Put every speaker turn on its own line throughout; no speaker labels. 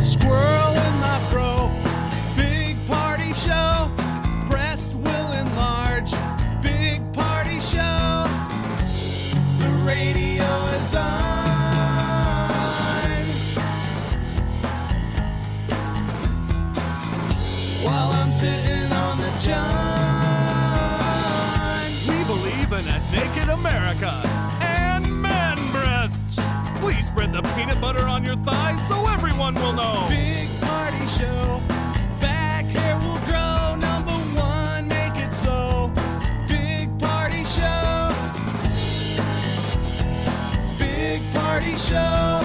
Squirrel in my fro, big party show. Breast will enlarge, big party show. The radio is on. While I'm sitting on the john. We believe in a naked America and man breasts. Please spread the peanut butter on your thighs so everyone will know. Big party show. Back hair will grow. Number one, make it so. Big party show. Big party show.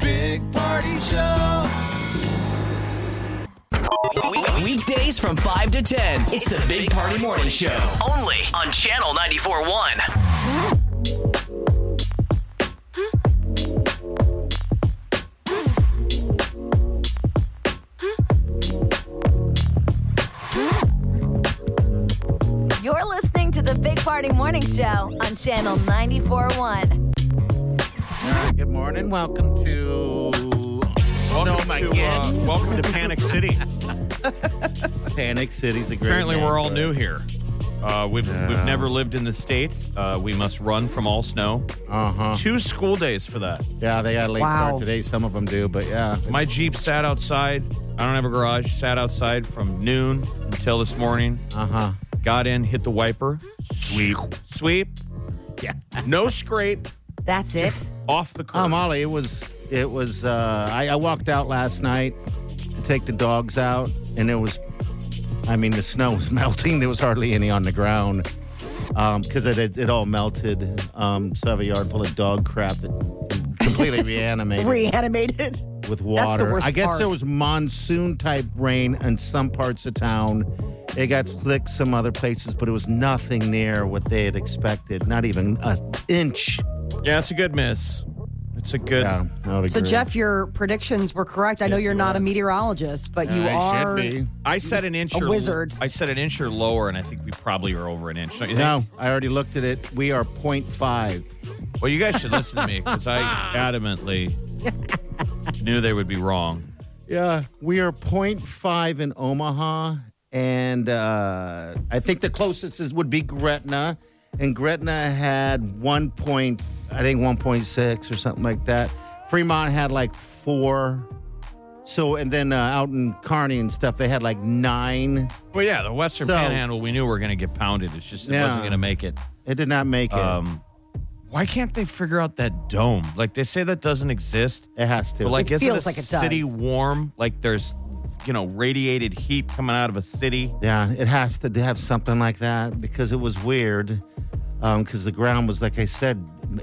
Big party show.
Weekdays from 5 to 10. It's the Big Party Morning Show. Only on Channel 94.1.
You're listening to the Big Party Morning Show on Channel 94.1.
All right, good morning. Welcome to
Welcome to, uh,
Snowmageddon.
welcome to Panic City.
Panic City's a great
Apparently,
name
we're all
for
new
it.
here. Uh, we've we've
Yeah.
never lived in the states. Uh, we must run from all snow.
Uh-huh.
Two school days for that.
Yeah, they got a late
Wow.
start today. Some of them do, but yeah.
My Jeep sat outside. I don't have a garage. Sat outside from noon until this morning.
Uh-huh.
Got in, hit the wiper, sweep, sweep,
Yeah.
no scrape,
That's it.
off the curb.
Oh, Molly, it was it was uh I, I walked out last night to take the dogs out and it was I mean the snow was melting. There was hardly any on the ground. Um, because it, it it all melted. Um, so I have a yard full of dog crap that completely reanimated.
Reanimated.
with water.
worst
I guess
part.
there was monsoon type rain in some parts of town. It got slick some other places, but it was nothing near what they had expected. Not even an inch.
Yeah, it's a good miss. It's a good.
Yeah, I would
So,
agree.
Jeff, your predictions were correct. I know you're not a meteorologist, but you
I
are.
should be.
I set an inch.
A
or,
wizard.
I set an inch or lower, and I think we probably are over an inch. Don't you think?
No, I already looked at it. We are 0.5.
Well, you guys should listen to me because I adamantly knew they would be wrong.
Yeah, we are 0.5 in Omaha, and uh, I think the closest is, would be Gretna, and Gretna had one point, I think 1.6 or something like that. Fremont had like four. So and then uh, out in Kearney and stuff, they had like nine.
Well, yeah, the Western
So-
Panhandle, we knew we were going to get pounded. It's just it
Yeah.
wasn't going to make it.
It did not make it.
Um, why can't they figure out that dome? Like they say that doesn't exist,
it has to.
but like isn't
feels
a
like it does.
city warm? Like there's, you know, radiated heat coming out of a city.
Yeah, it has to have something like that because it was weird. Because the ground was, like I said,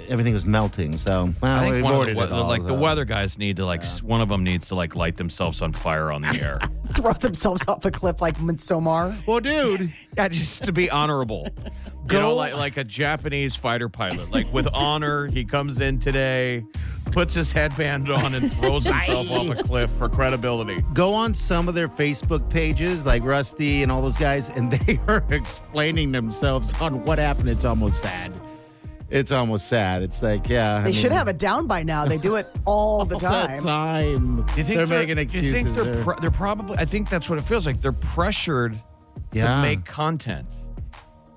everything was melting. So well,
I think
we
one of the,
avoided
we-
it all,
like the
though.
weather guys need to like s one of them needs to like light themselves on fire on the air.
Throw themselves off the cliff like Mitsomar.
Well, dude.
Yeah, just to be honorable. You know, like, like a Japanese fighter pilot. Like with honor, he comes in today, puts his headband on, and throws himself off a cliff for credibility.
go on some of their Facebook pages, like Rusty and all those guys, and they are explaining themselves on what happened. It's almost sad. It's almost sad. It's like, yeah.
They should have it down by now. They do it all the time.
time.
Do you think
they're, making excuses.
Do you think they're,
They're-
pr- they're probably? I think that's what it feels like. They're pressured
Yeah.
to make content,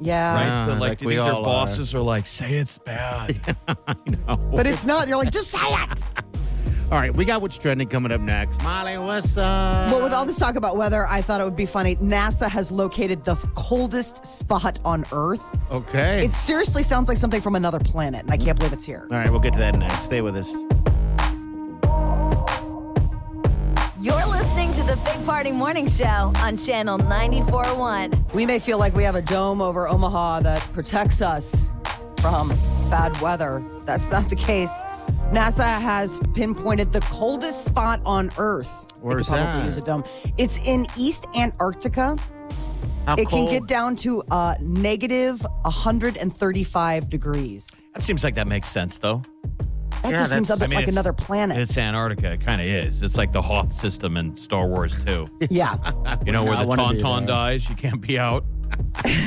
yeah.
right?
Yeah,
So, like,
like
do you
we
think their
all are.
bosses are. like, say it's bad?
But it's not. You're like, just say it.
all right, we got what's trending coming up next. Molly, what's up?
Well, with all this talk about weather, I thought it would be funny. NASA has located the coldest spot on Earth.
okay.
It seriously sounds like something from another planet, and I can't believe it's here.
all right, we'll get to that next. Stay with us.
You're listening to the
the Big Party Morning Show on Channel 94.1.
We may feel like we have a dome over Omaha that protects us from bad weather. That's not the case. NASA has pinpointed the coldest spot on Earth. They
Where's
could probably
that?
Use a dome. It's in East Antarctica.
How
It
cold?
can get down to uh, negative 135 degrees.
That seems like that makes sense, though.
That
Yeah,
just seems
that's-
a bit
I mean,
like
it's-
another planet.
It's Antarctica. It kind of is. It's like the Hoth system in Star Wars too.
yeah.
You know where
not
the
wanna do
Tauntaun
that.
dies. You can't be out.
I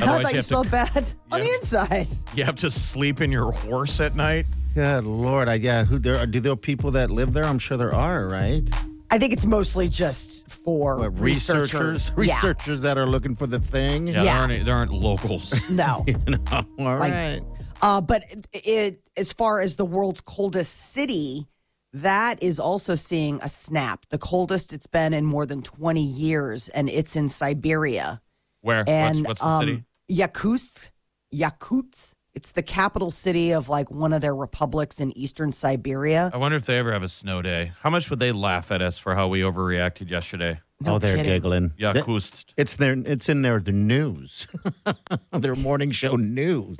Otherwise,
thought
you
you
have,
smelled
to,
bad on the
Yeah.
inside.
you have to sleep in your horse at night.
Good lord! I yeah. Who there? Do there people that live there? I'm sure there are, right?
I think it's mostly just for
What, researchers,
researchers. Yeah.
researchers that are looking for the thing.
Yeah,
Yeah.
There, aren't, there aren't locals.
No.
All
Like-
right.
Uh, but it, it, as far as the world's coldest city, that is also seeing a snap. The coldest it's been in more than 20 years, and it's in Siberia.
Where?
And
what's, what's the
um,
city?
Yakutsk, Yakutsk. It's the capital city of like one of their republics in eastern Siberia.
I wonder if they ever have a snow day. How much would they laugh at us for how we overreacted yesterday?
No
oh, they're
kidding.
giggling.
Yeah,
Th-
Kust.
It's their. It's in their the news. their morning show news.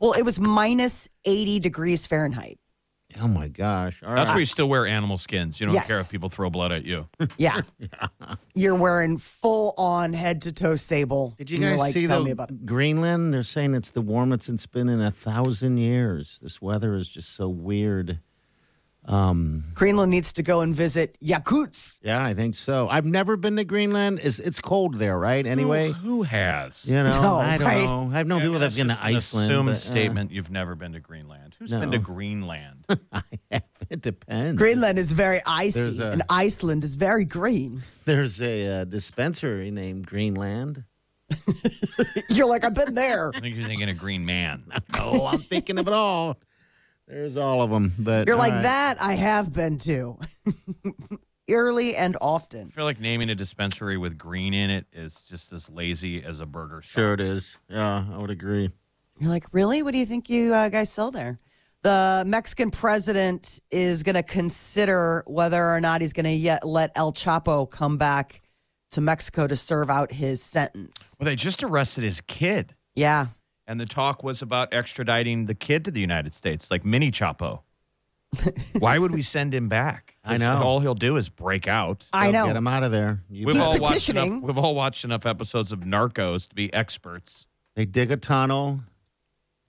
Well, it was minus 80 degrees Fahrenheit.
Oh my gosh! All right.
That's where you still wear animal skins. You don't
Yes.
care if people throw blood at you.
Yeah. You're wearing full on head to toe sable.
Did you
and you're
guys
like,
see
tell
the
me about it.
Greenland? They're saying it's the warmest it's been in a thousand years. This weather is just so weird.
Greenland needs to go and visit Yakutsk.
Yeah, I think so. I've never been to Greenland. It's, it's cold there, right? Anyway,
Who has?
you know,
No,
I don't
right?
know. I've known people that've
That's
been to
just an
Iceland.
Assumed
but, uh,
statement you've never been to Greenland. Who's been to
No.
Greenland?
it depends.
Greenland is very
There's
icy,
a-
and Iceland is very green.
There's a uh, dispensary named Greenland.
You're like, I've been there.
I think you're thinking a green man.
Oh, I'm thinking of it all. There's all of them, but
You're
all
like,
right.
that I have been to. Eerily and often.
I feel like naming a dispensary with green in it is just as lazy as a burger shop.
Sure, it is. Yeah, I would agree.
You're like, really? What do you think you uh, guys sell there? The Mexican president is going to consider whether or not he's going to yet let El Chapo come back to Mexico to serve out his sentence.
Well, they just arrested his kid,
Yeah.
and the talk was about extraditing the kid to the United States, like mini Chapo. Why would we send him back?
I
'Cause
know.
All he'll do is break out.
I
Go
know.
Get them out of there. You-
We've
He's
all watched
petitioning.
enough, we've all watched enough episodes of Narcos to be experts.
they dig a tunnel,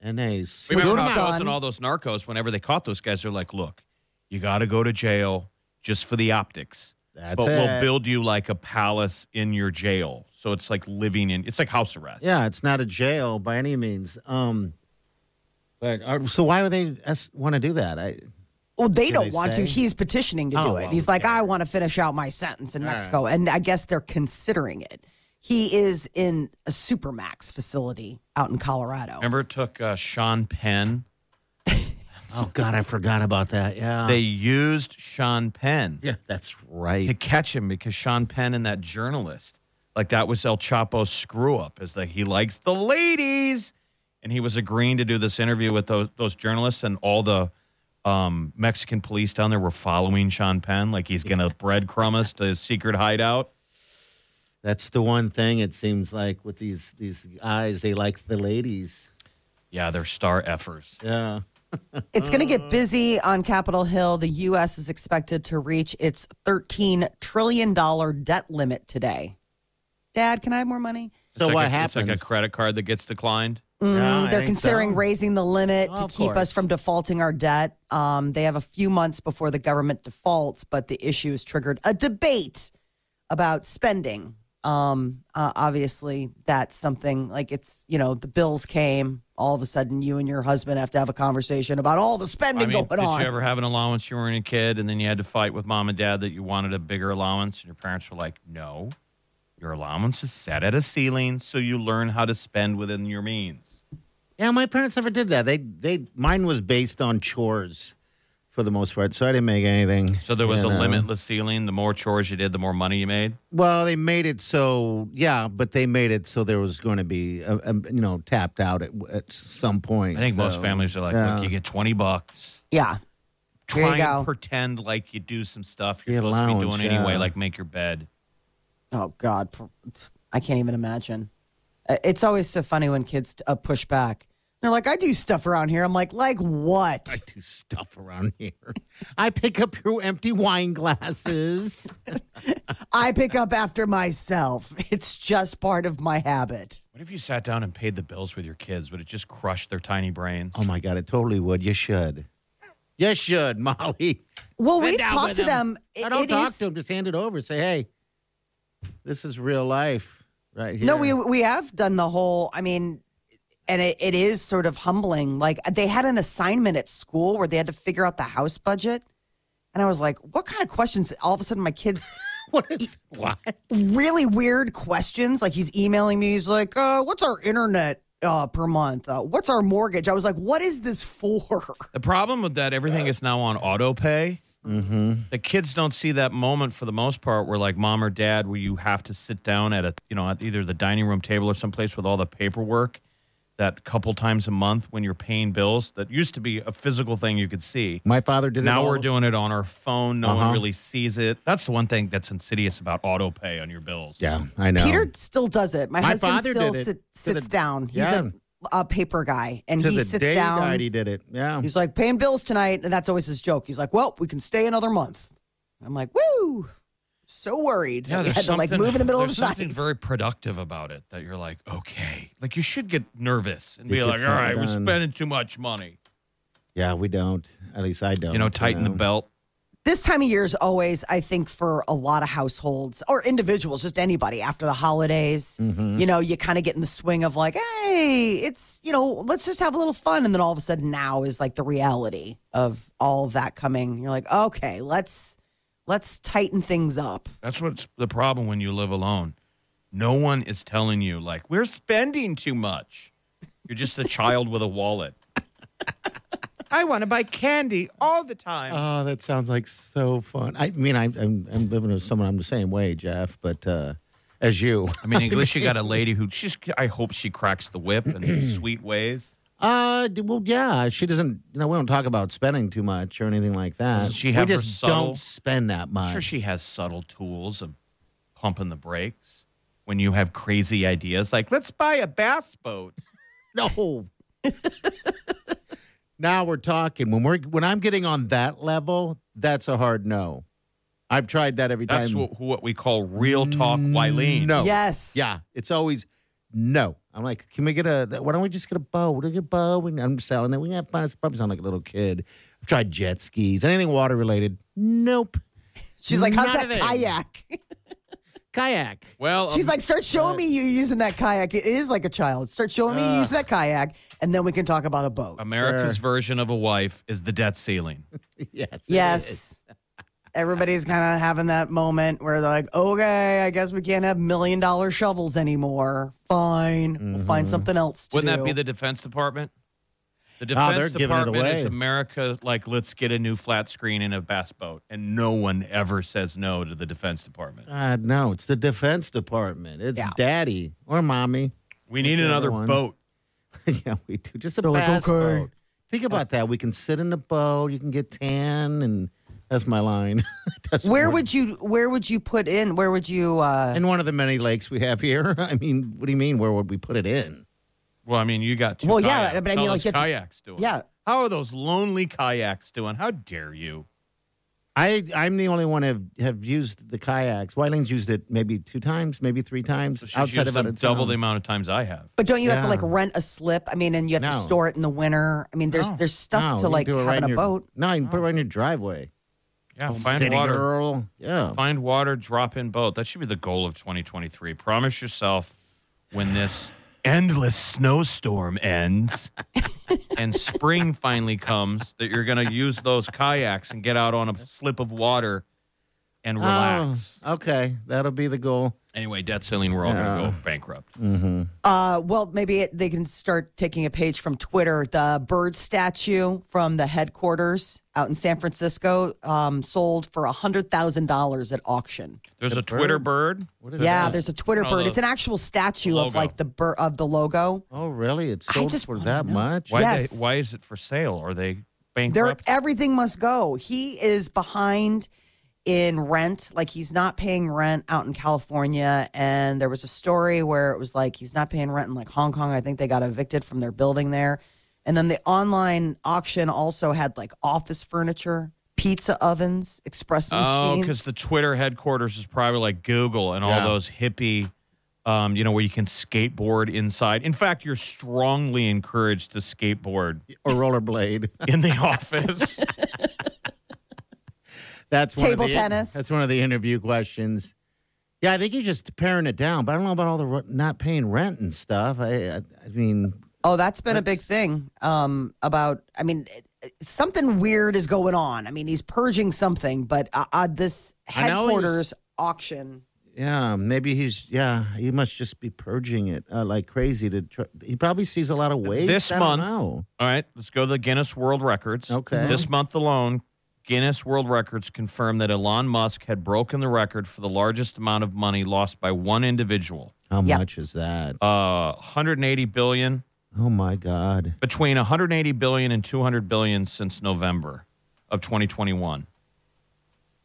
and they
We Remember
Which is
Narcos
done.
and all those Narcos? Whenever they caught those guys, they're like, "Look, you got to go to jail just for the optics,
That's
but
it.
we'll build you like a palace in your jail." So it's like living in it's like house arrest.
Yeah, it's not a jail by any means. Um, but uh, so why would they want to do that? I
Well, they
Do
don't
they
want
say?
to. He's petitioning to
Oh,
do it.
well,
He's like,
okay.
I want to finish out my sentence in
All right.
Mexico. And I guess they're considering it. He is in a Supermax facility out in Colorado.
Remember, it took uh, Sean Penn.
oh God, I forgot about that. Yeah,
They used Sean Penn
yeah, that's
to
right.
catch him because Sean Penn and that journalist, like that was El Chapo's screw up, is that he likes the ladies, and he was agreeing to do this interview with those those journalists, and all the um, Mexican police down there were following Sean Penn, like he's gonna breadcrumb us to his secret hideout.
That's the one thing it seems like with these these guys, they like the ladies.
Yeah, they're star effers.
Yeah,
It's going to
Uh.
get busy on Capitol Hill. The U.S. is expected to reach its $13 trillion debt limit today. Dad, can I have more money?
It's
So
like
what
a, It's like
happens?
a credit card that gets declined.
Yeah, I
Mm-hmm. They're
think
considering
so.
raising the limit
Oh,
to
of
keep
course.
us from defaulting our debt. Um, they have a few months before the government defaults, but the issue has triggered a debate about spending. Um, uh, obviously, that's something like it's, you know, the bills came. All of a sudden, you and your husband have to have a conversation about all the spending
I mean,
going
did
on.
you ever have an allowance you weren't a kid, and then you had to fight with mom and dad that you wanted a bigger allowance, and your parents were like, "No, your allowance is set at a ceiling, so you learn how to spend within your means."
yeah. My parents never did that. They they mine was based on chores for the most part, so I didn't make anything.
So there was
you
a
know.
limitless ceiling. The more chores you did, the more money you made.
Well, they made it so yeah, but they made it so there was going to be a, a, you know tapped out at, at some point.
I think most
so,
families are like,
yeah.
"Look, you get twenty bucks,
yeah. There you
try
go.
and pretend like you do some stuff
The
you're supposed to be
allowance,
doing anyway,
yeah.
like make your bed.
Oh God, pr- I can't even imagine. Uh, It's always so funny when kids uh, push back. They're like, "I do stuff around here." I'm like, "Like what?"
I do stuff around here. I pick up your empty wine glasses.
I pick up after myself. It's just part of my habit.
What if you sat down and paid the bills with your kids? Would it just crush their tiny brains?
oh my God, it totally would. You should. You should, Molly.
Well,
Sit
we've
down
talked
with
to them.
I
It-
don't
it
talk
is-
to them. Just hand it over. Say, hey, this is real life right here.
No, we we have done the whole. I mean, and it, it is sort of humbling. Like they had an assignment at school where they had to figure out the house budget, and I was like, "What kind of questions?" All of a sudden, my kids.
What is what?
really weird questions. Like he's emailing me. He's like, uh, "What's our internet uh, per month? Uh, what's our mortgage?" I was like, "What is this for?"
The problem with that, everything is now on auto pay. Mm-hmm. The kids don't see that moment for the most part, where like mom or dad, where you have to sit down at a, you know, at either the dining room table or someplace with all the paperwork. That couple times a month when you're paying bills, that used to be a physical thing you could see.
My father did. it
Now
all-
we're doing it on our phone. No
Uh-huh.
one really sees it. That's the one thing that's insidious about auto pay on your bills.
Yeah, I know.
Peter still does it. My,
My
husband
father
still
did it
sit,
to
sits
the-
down. He's
yeah.
a, a paper guy, and
to
he
the
sits
day
down.
died, he did it. Yeah.
He's like paying bills tonight, and that's always his joke. He's like, "Well, we can stay another month." I'm like, "Woo!" So worried that we
there's
had to like
something-
move in the middle of
there's
the
something
night.
very productive about it that you're like, okay, like you should get nervous and
You
be
get
like, all
something
right, we're
done.
spending too much money.
yeah, we don't. At least I don't.
You know, tighten the
know?
belt.
this time of year is always, I think, for a lot of households or individuals, just anybody after the holidays. You know, you kind of get in the swing of like, hey, it's, you know, let's just have a little fun. And then all of a sudden now is like the reality of all of that coming. You're like, okay, let's let's tighten things up.
That's what's the problem when you live alone. No one is telling you like we're spending too much. You're just a child with a wallet. I want to buy candy all the time.
Oh, that sounds like so fun. I mean, I, I'm I'm living with someone. I'm the same way, Jeff, but uh, as you.
I mean, at least you got a lady who she's. I hope she cracks the whip in sweet ways.
Uh, d- well, yeah, she doesn't. You know, we don't talk about spending too much or anything like that.
Does she
we
have her
just
subtle-
don't spend that much.
sure she has subtle tools of pumping the brakes when you have crazy ideas like let's buy a bass boat
No. now we're talking. When we're when I'm getting on that level, that's a hard no. I've tried that every
that's
time.
what, what we call real talk Wileen.
No.
Yes.
Oh, Yeah. It's always no. I'm like, can we get a? Why don't we just get a bow? We'll get a bow, and I'm selling it. We can have fun. It's probably sound like a little kid. I've tried jet skis, anything water related. Nope.
She's like, how's
Not a
that
thing.
kayak?
Kayak.
well
She's like, start showing me you using that kayak. It is like a child. Start showing me you using that kayak, and then we can talk about a boat.
america's version of a wife is the debt ceiling
Yes. it is.
Yes. Everybody's kind of having that moment where they're like, okay, I guess we can't have million dollar shovels anymore. Fine. We'll
Mm-hmm.
find something else to
wouldn't that
do."
be the defense department the
Ah,
defense
they're giving it
department
away.
is america like let's get a new flat screen and a bass boat and no one ever says no to the defense department
Uh, no, it's the Defense Department. It's
Yeah.
daddy or mommy.
we need
the other
another
one.
boat
yeah, we do. Just a
They're like,
bass
"Okay."
boat. Think about that. We can sit in a boat. You can get tan, and that's my line. That's
where
what-
would you where would you put in where would you uh
in one of the many lakes we have here? I mean, what do you mean? Where would we put it in?
Well, I mean, you got two
Well, yeah,
kayaks.
but
How
I mean,
are
like,
those
you have to-
kayaks doing?
yeah.
How are those lonely kayaks doing? How dare you?
I I'm the only one have have used the kayaks. Wyland's used it maybe two times, maybe three times
So she's
outside
used
of out
them
of
double
town.
the amount of times I have.
but don't you have to
Yeah.
like rent a slip? I mean, and you have to
No.
store it in the winter. I mean, there's
No.
there's
No,
stuff
you
to
can
like
do it right
having
in
a
your-
boat.
No, you can put it right in your driveway.
Yeah, find
City
water.
girl. Yeah.
Find water, drop in boat. That should be the goal of 2023. Promise yourself when this endless snowstorm ends and spring finally comes that you're going to use those kayaks and get out on a slip of water and relax.
Oh, okay, that'll be the goal.
Anyway, debt ceiling, we're all going to go bankrupt.
Uh, well, maybe it, they can start taking a page from Twitter. The bird statue from the headquarters out in San Francisco um, sold for hundred thousand dollars at auction.
There's a Twitter bird.
What is
Yeah,
that?
there's a Twitter
Oh,
bird.
the-
It's an actual statue of
logo.
like the bir- of the logo.
Oh, really? It's
I
sold
just
for
wanna
that
know.
much?
Why,
Yes.
they, why is it for sale? Are they
There,
bankrupt.
everything must go. He is behind in rent. Like he's not paying rent out in California. And there was a story where it was like he's not paying rent in like Hong Kong. I think they got evicted from their building there. And then the online auction also had like office furniture, pizza ovens, espresso
Oh,
machines.
because the Twitter headquarters is probably like Google and all
Yeah.
those hippie, um, you know, where you can skateboard inside. In fact, you're strongly encouraged to skateboard
or rollerblade.
in the office.
That's one
Table
of the,
tennis.
That's one of the interview questions. Yeah, I think he's just paring it down, but I don't know about all the ru- not paying rent and stuff. I, I, I mean,
Oh, that's been a big thing um, about. I mean, it- it- something weird is going on. I mean, he's purging something, but uh, uh, this
I know he's-
headquarters auction.
yeah, maybe he's yeah, he must just be purging it uh, like crazy. To try, he probably sees a lot of waste
This
I don't
month.
know.
All right, let's go to the Guinness World Records.
Okay.
This month alone, Guinness World Records confirmed that Elon Musk had broken the record for the largest amount of money lost by one individual.
How
Yeah.
much is that?
Uh, 180 billion
Oh my god!
between 180 billion and 200 billion since November of 2021.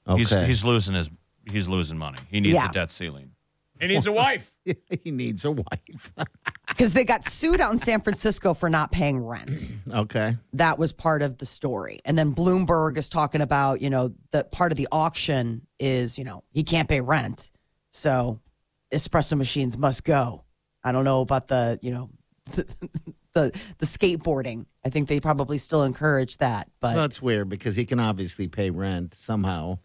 Okay,
He's he's losing his he's losing money. He needs
Yeah.
a debt ceiling. He needs a wife.
he needs a wife.
Because they got sued out in San Francisco for not paying rent.
okay,
That was part of the story. And then Bloomberg is talking about, you know, that part of the auction is, you know, he can't pay rent. So espresso machines must go. I don't know about the, you know, the, the, the skateboarding. I think they probably still encourage that. But
that's weird because he can obviously pay rent somehow.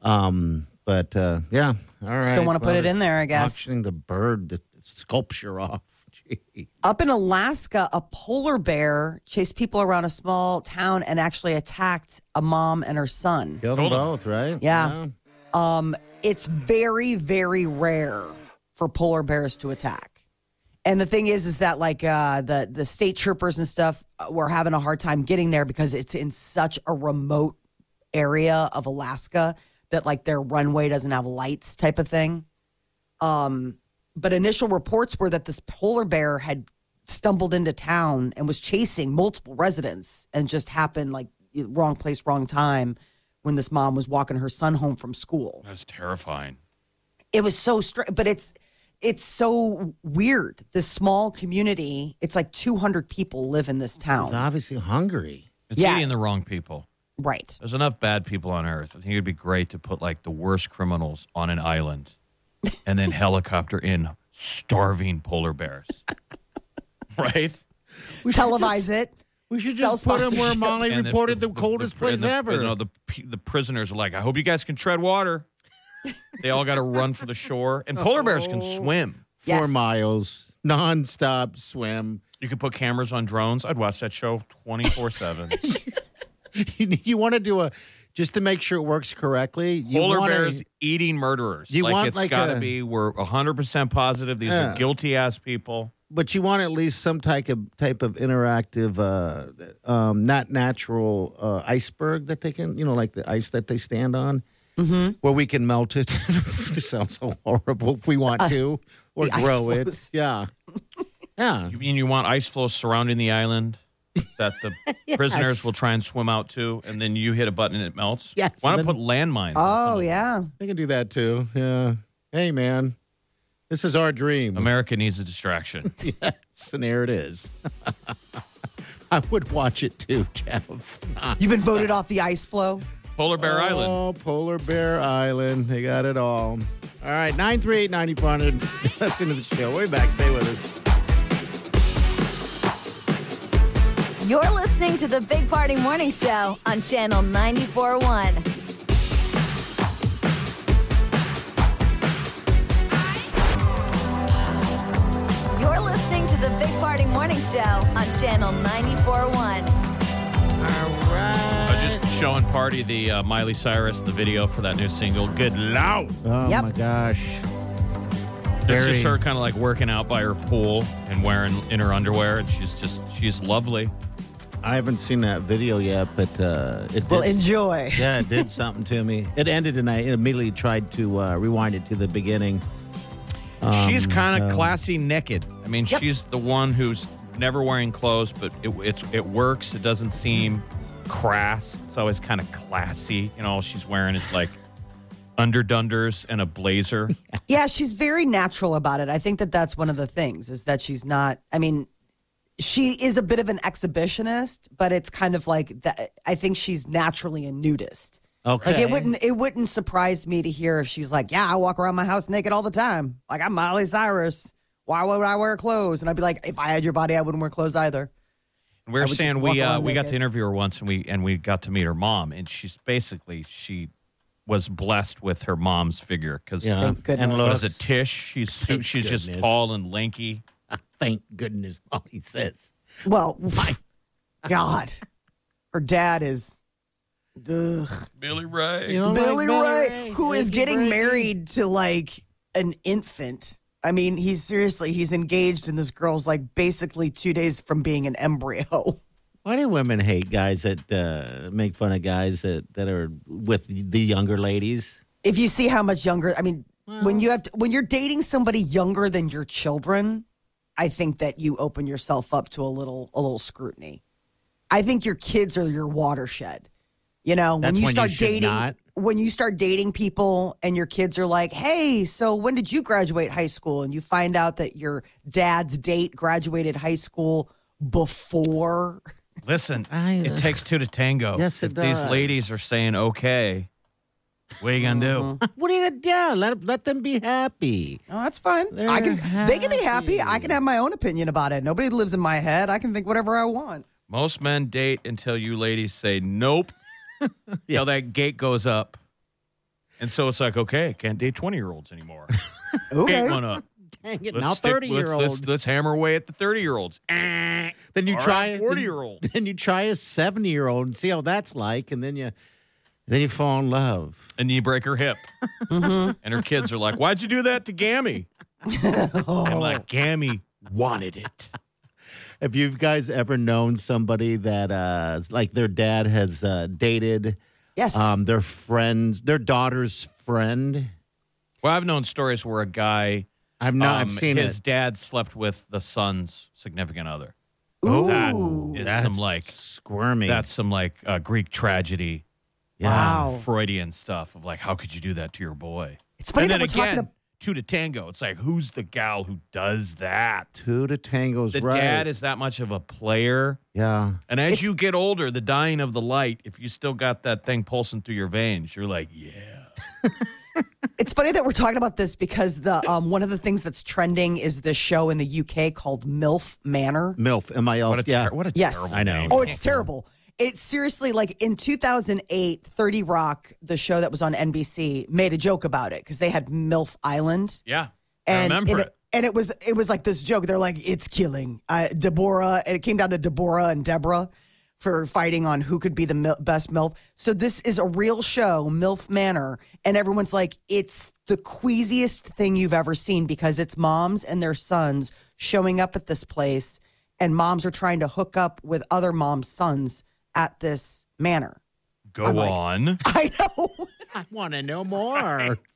Um, but uh, yeah, all right.
Still wanna put it in there, I guess.
Auctioning the bird, the sculpture off. Gee.
Up in Alaska, a polar bear chased people around a small town and actually attacked a mom and her son.
Killed them both, right?
Yeah. Um, it's very, very rare for polar bears to attack. And the thing is, is that like uh, the the state troopers and stuff uh, were having a hard time getting there because it's in such a remote area of Alaska that like their runway doesn't have lights, type of thing. Um, but initial reports were that this polar bear had stumbled into town and was chasing multiple residents and just happened like wrong place, wrong time when this mom was walking her son home from school.
That's terrifying.
It was so strange, but it's it's so weird. This small community, it's like 200 people live in this
He's
town.
obviously hungry.
It's
Yeah.
eating the wrong people.
Right.
There's enough bad people on Earth. I think it'd be great to put like the worst criminals on an island, and then helicopter in starving polar bears. right?
We should
Televise
just-
it.
We should
Sell
just put him where
sponsorship.
Molly
And
reported the, coldest
the-
place
and the-
ever.
You know, the p- the prisoners are like, I hope you guys can tread water. they all got to run for the shore, and polar bears can swim.
Four
Yes.
miles, nonstop swim.
You could put cameras on drones. I'd watch that show twenty four seven.
You, you want to do a just to make sure it works correctly. You
Polar
wanna-
bears eating murderers.
You
like
want
it's
like
got to
a-
be. We're hundred percent positive these
Yeah.
are guilty ass people.
but you want at least some type of type of interactive, uh, um, not natural uh, iceberg that they can, you know, like the ice that they stand on,
Mm-hmm.
where we can melt it. this sounds so horrible. If we want to, or
Uh, the ice
grow it,
floes.
yeah, yeah.
You mean you want ice floes surrounding the island that the prisoners will try and swim out to, and then you hit a button and it melts?
Yes,
Why not
and
put
then-
landmines? in some
Oh,
of them?
yeah.
They can do that too. Yeah. Hey, man, this is our dream.
America needs a distraction.
Yes, and there it is. I would watch it too, Jeff.
You've been voted off the ice flow.
Polar Bear Island.
Oh, Polar Bear Island. They got it all. All right, 938 9400. That's into the show. We'll be back. Stay with us.
You're listening to the Big Party Morning Show on Channel 94.1. You're listening to the Big Party Morning Show on Channel 94.1.
I was just showing Party the uh, Miley Cyrus, the video for that new single. Good loud.
Oh,
Yep.
my gosh.
It's
Very-
just her kind of like working out by her pool and wearing in her underwear, and she's just, she's lovely.
I haven't seen that video yet, but uh, it
Well,
did.
enjoy.
yeah, it did something to me. It ended, and I immediately tried to uh, rewind it to the beginning.
she's kind of classy naked. I mean, she's the one who's never wearing clothes, but it, it's it works. It doesn't seem crass. It's always kind of classy. You know, all she's wearing is like underdunders and a blazer.
Yeah, she's very natural about it. I think that that's one of the things is that she's not. I mean, she is a bit of an exhibitionist, but it's kind of like that. I think she's naturally a nudist. Like
Okay.
it wouldn't it wouldn't surprise me to hear if she's like, yeah, I walk around my house naked all the time. Like I'm Miley Cyrus. Why would I wear clothes? And I'd be like, if I had your body, I wouldn't wear clothes either.
We were
would just
saying
walk
we uh,
around
we got
naked.
to interview her once, and we and we got to meet her mom, and she's basically she was blessed with her mom's figure because
Yeah.
Thank goodness.
And
was
looks,
it Tish? She's
Thank
she's just
goodness.
tall and lanky.
thank goodness, Molly says.
Well, my God, her dad is. Ugh.
Billy Ray.
You know, like
Billy Ray, who is
Ricky
getting
Ray.
married to like an infant. I mean, he's seriously, he's engaged, and this girl's like basically two days from being an embryo.
Why do women hate guys that uh, make fun of guys that, that are with the younger ladies?
If you see how much younger, I mean, when you have to, when you're dating somebody younger than your children, I think that you open yourself up to a little a little scrutiny. I think your kids are your watershed. You know,
That's
when
when
you
you
start
should
dating,
not.
when you start dating people and your kids are like, hey, so when did you graduate high school? And you find out that your dad's date graduated high school before.
Listen,
I- uh,
it takes two to tango.
Yes, it
if
does.
These ladies are saying okay. What are you gonna do?
What are you gonna do? Let let them be happy.
Oh, that's fine. I can,
They're
they can be happy. I
happy.
can have my own opinion about it. Nobody lives in my head. I can think whatever I want.
Most men date until you ladies say nope. Till that gate goes up, and so it's like okay, can't date twenty year olds anymore. Gate
Okay.
went up.
Dang it!
Let's
Now
stick-
thirty year
let's- let's-
old.
Let's hammer away at the thirty year olds.
Then you
All
try
right,
then-
40-year-old.
Then you try a seventy year old and see how that's like, and then you then you fall in love.
and you break her hip.
Mm-hmm.
And her kids are like, Why'd you do that to Gammy? I'm like, Gammy wanted it.
Have you guys ever known somebody that uh like their dad has uh, dated
Yes.
um their friends their daughter's friend?
Well, I've known stories where a guy,
I've not I've
um,
seen
his
it.
dad slept with the son's significant other.
Ooh.
That is some like,
squirmy.
that's some like uh, Greek tragedy,
yeah.
Wow.
Freudian stuff of like, how could you do that to your boy?
It's funny
and
that
then
we're
again,
talking about.
two to tango. It's like, who's the gal who does that?
Two to tango's
The
right.
dad is that much of a player.
yeah.
And as
It's-
you get older, the dying of the light, if you still got that thing pulsing through your veins, you're like, yeah.
It's funny that we're talking about this because the um, one of the things that's trending is this show in the UK called MILF Manor.
MILF. Am I
What a,
off?
ter-
Yeah.
what a
Yes.
terrible
I know.
name.
Oh, it's terrible. It's seriously like in 2008, 30 Rock, the show that was on NBC, made a joke about it because they had MILF Island.
Yeah. I
And
remember it.
And it was it was like this joke. They're like, it's killing. Uh, Deborah, and it came down to Deborah and Deborah for fighting on who could be the mil- best MILF. So this is a real show, MILF Manor, and everyone's like, it's the queasiest thing you've ever seen because it's moms and their sons showing up at this place, and moms are trying to hook up with other moms' sons at this manor.
Go on.
I know.
I want to know more.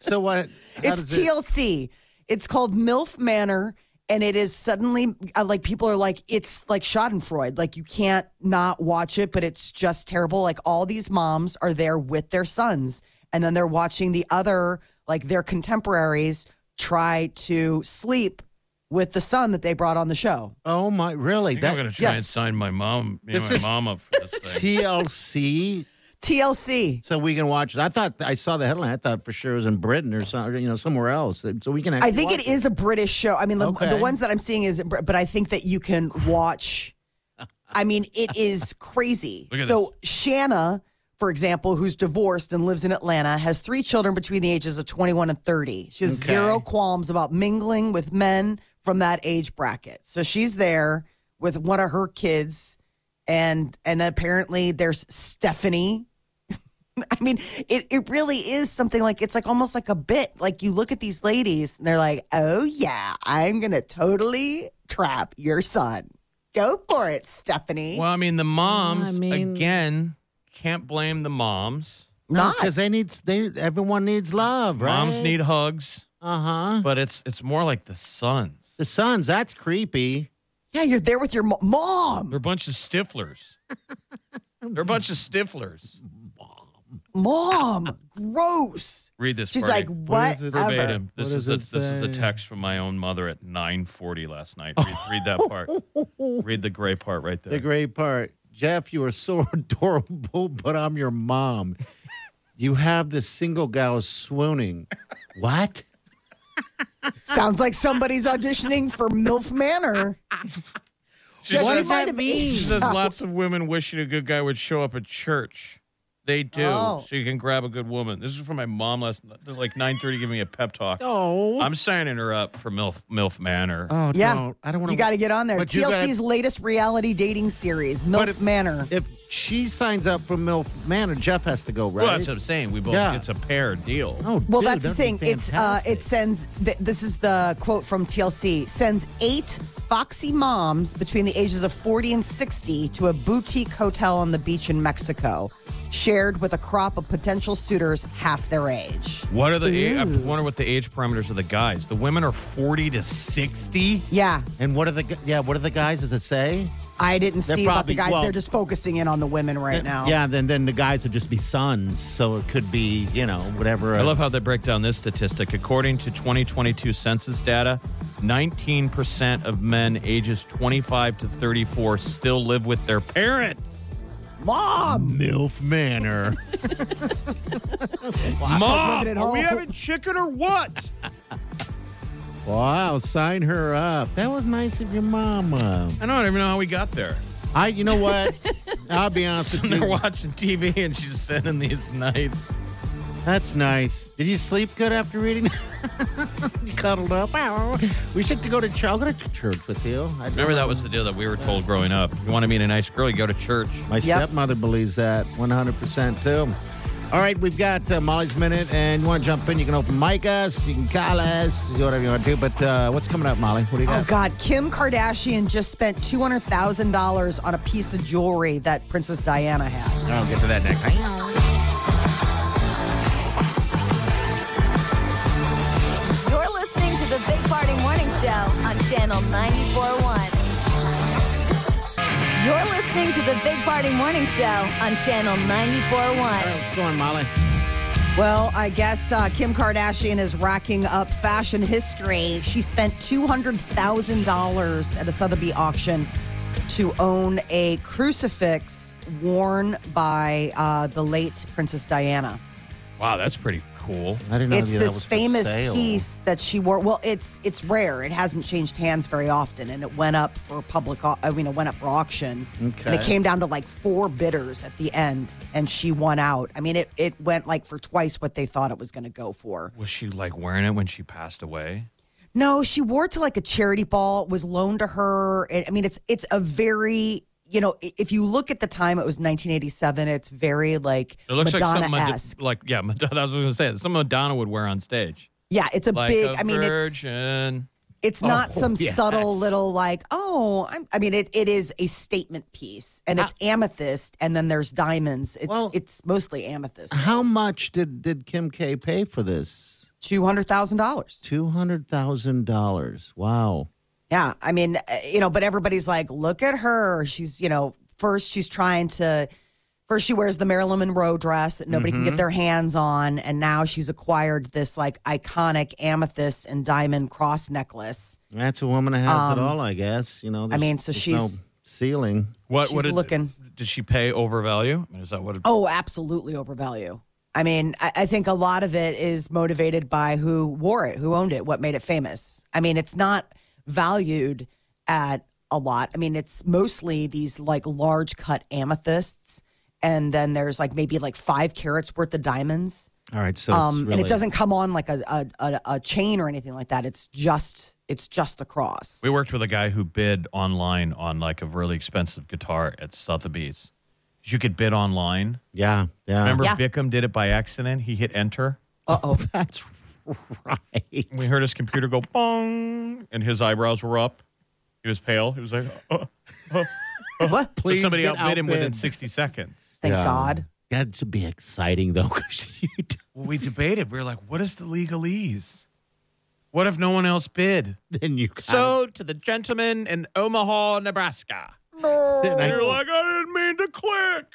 So what? how
It's
does it-
TLC. It's called MILF Manor, and it is suddenly uh, like people are like, it's like Schadenfreude. Like you can't not watch it, but it's just terrible. Like all these moms are there with their sons, and then they're watching the other, like their contemporaries, try to sleep with the son that they brought on the show.
oh my!
I
Really?
think I'm going to try and
yes.
sign my mom, you know,
This
my
is-
mom up for this thing.
TLC.
TLC.
So we can watch. it. I thought I saw the headline. I thought for sure it was in Britain or something, you know, somewhere else. So we can. Actually
I think
watch
it is a British show. I mean, the,
Okay.
the ones that I'm seeing is, but I think that you can watch. I mean, it is crazy.
Look at
So Shanna, for example, who's divorced and lives in Atlanta, has three children between the ages of 21 and 30. She has
Okay.
zero qualms about mingling with men from that age bracket. So she's there with one of her kids, and and apparently there's Stephanie, I mean, it, it really is something like it's like almost like a bit. Like you look at these ladies and they're like, oh, yeah, I'm going to totally trap your son. Go for it, Stephanie.
Well, I mean, the moms,
mean-
again, can't blame the moms.
Not.
because they need. They everyone needs love. Right?
Moms need hugs,
Uh huh.
but it's it's more like the sons.
The sons. That's creepy.
yeah, you're there with your mo-
They're
mom.
a bunch of stifflers. They're a bunch of stifflers.
Mom, gross.
Read this.
She's
Bernie.
like,
What is it?
whatever.
verbatim. This
What
is
does
a,
it
this is a
say?
text from my own mother at 9:40 last night. Read, read that part. Read the gray part right there.
The great part, Jeff, you are so adorable, but I'm your mom. You have this single gal swooning. What?
Sounds like somebody's auditioning for MILF Manor.
She
What
says-
does that mean?
She says lots of women wishing a good guy would show up at church. They do,
Oh.
so you can grab a good woman. This is from my mom last night, like 9:30, giving me a pep talk.
Oh.
I'm signing her up for MILF MILF Manor.
oh,
Yeah.
don't. I don't want
You got to get on there.
But you
TLC's latest reality dating series, MILF
But if-
Manor.
If she signs up for MILF Manor, Jeff has to go, right?
well, that's what I'm saying. We both
Yeah.
it's a pair deal.
oh,
Well,
dude,
that's the
that'd be
thing. It's uh,
fantastic.
it sends. Th- this is the quote from TLC. Sends eight foxy moms between the ages of forty and sixty to a boutique hotel on the beach in Mexico, shared with a crop of potential suitors half their age.
What are the? a- I wonder what the age parameters of the guys. The women are 40 to 60.
Yeah,
And what are the gu- yeah? What are the guys? Does it say?
I didn't
They're
see about
probably-
the guys.
well-
They're just focusing in on the women right now.
Yeah. Then then the guys would just be sons, so it could be you know whatever.
I love how they break down this statistic. According to 2022 census data, 19% of men ages 25 to 34 still live with their parents.
mom.
MILF Manor.
Mom,
at
are we
home.
having chicken or what?
wow, sign her up. That was nice of your mama.
I don't even know how we got there.
I, you know what? I'll be honest with
They're
you.
watching TV and she's sending these nights.
That's nice. Did you sleep good after reading? you cuddled up. Ow. We should go to church. I'll go to church with you. I
Remember that was the deal that we were told growing up. You want to meet a nice girl, you go to church.
My stepmother believes that 100% too. All right, we've got uh, Molly's Minute, and you want to jump in, you can open mic us, you can call us, you do whatever you want to do. But uh, what's coming up, Molly? What do you
Oh
got?
God, Kim Kardashian just spent two hundred thousand dollars on a piece of jewelry that Princess Diana had.
I'll get to that next.
You're listening to the Big Party Morning Show on Channel 94.1. You're listening to the Big Party Morning Show on Channel 94.1.
All right, what's going, Molly?
Well, I guess uh, Kim Kardashian is racking up fashion history. She spent $200,000 at a Sotheby auction to own a crucifix worn by uh, the late Princess Diana.
Wow, that's pretty cool.
I didn't know
it's
that
this
was for
famous
sale.
piece that she wore. Well, it's it's rare. It hasn't changed hands very often, and it went up for public. au- I mean, it went up for auction, and
Okay.
it came down to like four bidders at the end, and she won out. I mean, it it went like for twice what they thought it was going to go for.
Was she like wearing it when she passed away?
No, she wore it to like a charity ball. It was loaned to her. It, I mean, it's it's a very you know i- if you look at the time, it was 1987. It's very like
It looks
Madonna
like
esque.
something like yeah, Madonna. I was going to say something Madonna would wear on stage.
yeah, it's a
Like
big.
a
I mean, it's
virgin.
it's not
Oh,
some
yes.
subtle little like oh I'm, I mean it it is a statement piece and it's amethyst and then there's diamonds. It's
Well-
it's mostly amethyst.
How much did, did Kim K pay for this?
Two hundred thousand dollars.
$200,000. Wow.
Yeah, I mean, uh, you know, but everybody's like, look at her. She's, you know, first she's trying to, first she wears the Marilyn Monroe dress that nobody can get their hands on, and now she's acquired this like iconic amethyst and diamond cross necklace.
That's a woman that has it all, I guess. You know,
Um, I mean,
there's-
so
there's no
she's-
ceiling.
What?
She's
what did,
looking.
Did she pay overvalue? I mean, is that what? It,
Oh, absolutely overvalue. I mean, I, I think a lot of it is motivated by who wore it, who owned it, what made it famous. I mean, it's not valued at a lot. I mean, it's mostly these like large cut amethysts, and then there's like maybe like five carats worth of diamonds.
All right, so
Um,
it's really,
and it doesn't come on like a, a, a, a chain or anything like that. It's just it's just the cross.
We worked with a guy who bid online on like a really expensive guitar at Sotheby's. You could bid online.
Yeah, yeah.
Remember, Bickham did it by accident. He hit enter.
Uh oh.
That's right.
We heard his computer go bong, and his eyebrows were up. He was pale. He was like, oh.
What?
But somebody outbid him within 60 seconds.
Thank God.
That should be exciting though, because you don't-
Well, we debated. We were like, what is the legalese? What if no one else bid?
then you kind
So to the gentleman in Omaha, Nebraska.
of, then I-
And you're like, I didn't mean to click.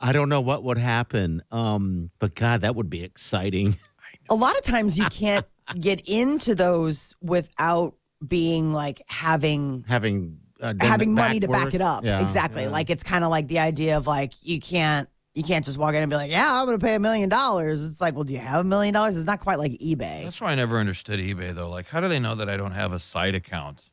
I don't know what would happen. Um, but God, that would be exciting.
a lot of times you can't get into those without being like having
Having uh, done
having
the
money to
backward.
back it up.
Yeah,
exactly.
yeah.
Like it's kind of like the idea of like you can't you can't just walk in and be like, yeah, I'm going to pay a million dollars. It's like, well, do you have a million dollars? It's not quite like eBay.
That's why I never understood eBay though. Like, how do they know that I don't have a side account?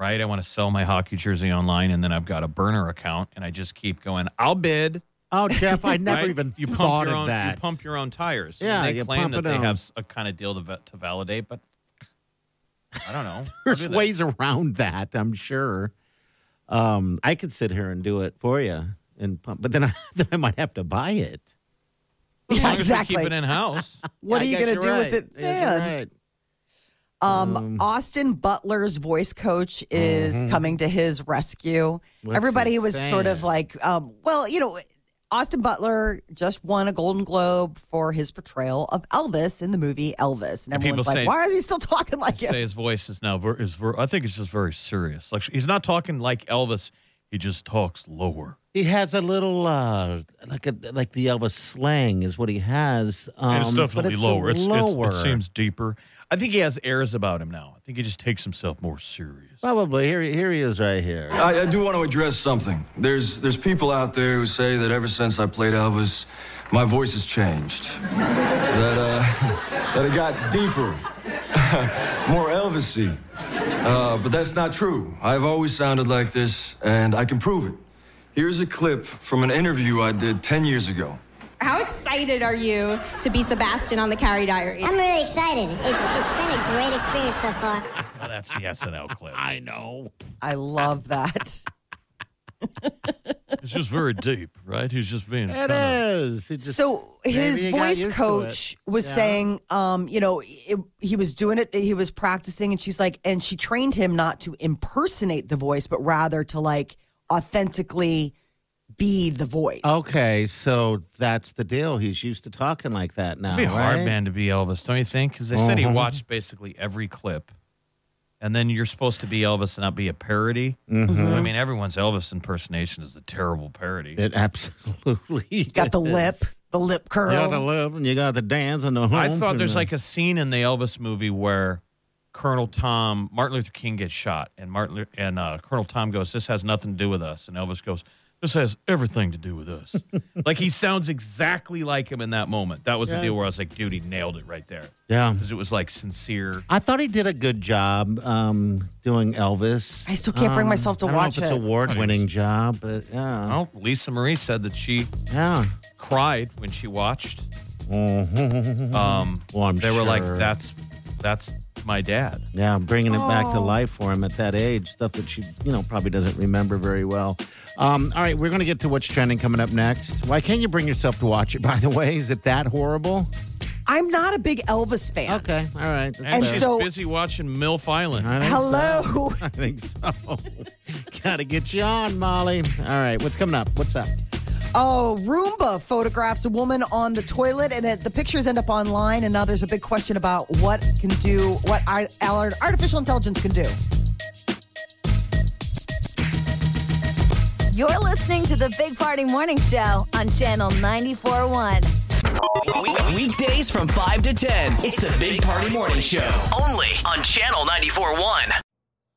Right? I want to sell my hockey jersey online, and then I've got a burner account, and I just keep going. I'll bid.
Oh, Jeff, I never
right?
even
you pump
thought
your
of
own,
that.
You pump your own tires. And
Yeah,
they
you
claim
pump
that
it
they
out.
have s- a kind of deal to, va- to validate, but I don't know. I'll do
There's
that.
ways around that, I'm sure. Um, I could sit here and do it for you and pump, but then I, then I might have to buy it.
As
Yeah,
long as we
exactly.
keep it in house.
What
I
are you
guess
going to
you're
do with
right.
it
I guess
then?
you're right.
Um, Austin Butler's voice coach is
Mm-hmm.
coming to his rescue.
What's
Everybody
he
was sort of
saying?
like, um, well, you know, Austin Butler just won a Golden Globe for his portrayal of Elvis in the movie Elvis, and
And
everyone's
people
like,
say-
why is he still talking like
say
it?
his voice is now ver- is ver- I think it's just very serious. Like he's not talking like Elvis. He just talks lower.
He has a little uh, like a, like the Elvis slang is what he has. Um,
and it's
but
definitely
it's
lower. It's, it's-
lower.
it seems deeper. I think he has airs about him now. I think he just takes himself more serious.
probably here. Here he is, right here.
I, I do want to address something. There's there's people out there who say that ever since I played Elvis, my voice has changed. that uh, that it got deeper, more Elvisy. Uh, but that's not true. I've always sounded like this, and I can prove it. Here's a clip from an interview I did 10 years ago.
How excited are you to be Sebastian on the Carrie Diary?
I'm really excited. It's, it's been a great experience so far.
Well, that's the SNL clip.
I know.
I love that.
It's just very deep, right? He's just being
It
kinda-
is. He just-
so
maybe
his
he got
voice
used to
coach
it.
was
Yeah.
saying, um, you know, it, he was doing it, he was practicing, and she's like, and she trained him not to impersonate the voice, but rather to like authentically be the voice.
Okay, so that's the deal. He's used to talking like that now.
It'd be hard,
right?
man, to be Elvis, don't you think? Because they said he
Mhm.
watched basically every clip, and then you're supposed to be Elvis and not be a parody.
Mm-hmm.
I mean, everyone's Elvis impersonation is a terrible parody.
It absolutely
got the
is.
lip, the lip curl.
You got the lip, and you got the dance, and the.
I
hump
thought
and
there's
the-
like a scene in the Elvis movie where Colonel Tom Martin Luther King gets shot, and Martin Lu- and uh, Colonel Tom goes, "This has nothing to do with us," and Elvis goes, "This has everything to do with us." like he sounds exactly like him in that moment. That was the deal where I was like, "Dude, he nailed it right there,"
yeah.
because it was like sincere.
I thought he did a good job um, doing Elvis. Um,
I still can't bring myself to
I don't
watch
know if
it.
It's award-winning job, but yeah,
Well, Lisa Marie said that she
yeah.
cried when she watched. Um,
Mm-hmm. Well, I'm
they were like,
sure.
"That's that's my dad."
Yeah, bringing it back to
Oh.
life for him at that age, stuff that she, you know, probably doesn't remember very well. Um, all right, we're going to get to what's trending coming up next. Why can't you bring yourself to watch it, by the way? Is it that horrible?
I'm not a big Elvis fan.
Okay, all right. that's
And
better.
she's
so-
busy watching MILF Island.
I think so.
Hello.
I think so. Got to get you on, Molly. All right, what's coming up? What's up?
Oh, Roomba photographs a woman on the toilet, and it, the pictures end up online. And now there's a big question about what can do, what I, our artificial intelligence can do.
You're listening to the Big Party Morning Show on Channel 941.
Week- Weekdays from 5 to 10. It's the Big Party Morning Show. Only on Channel 94.1.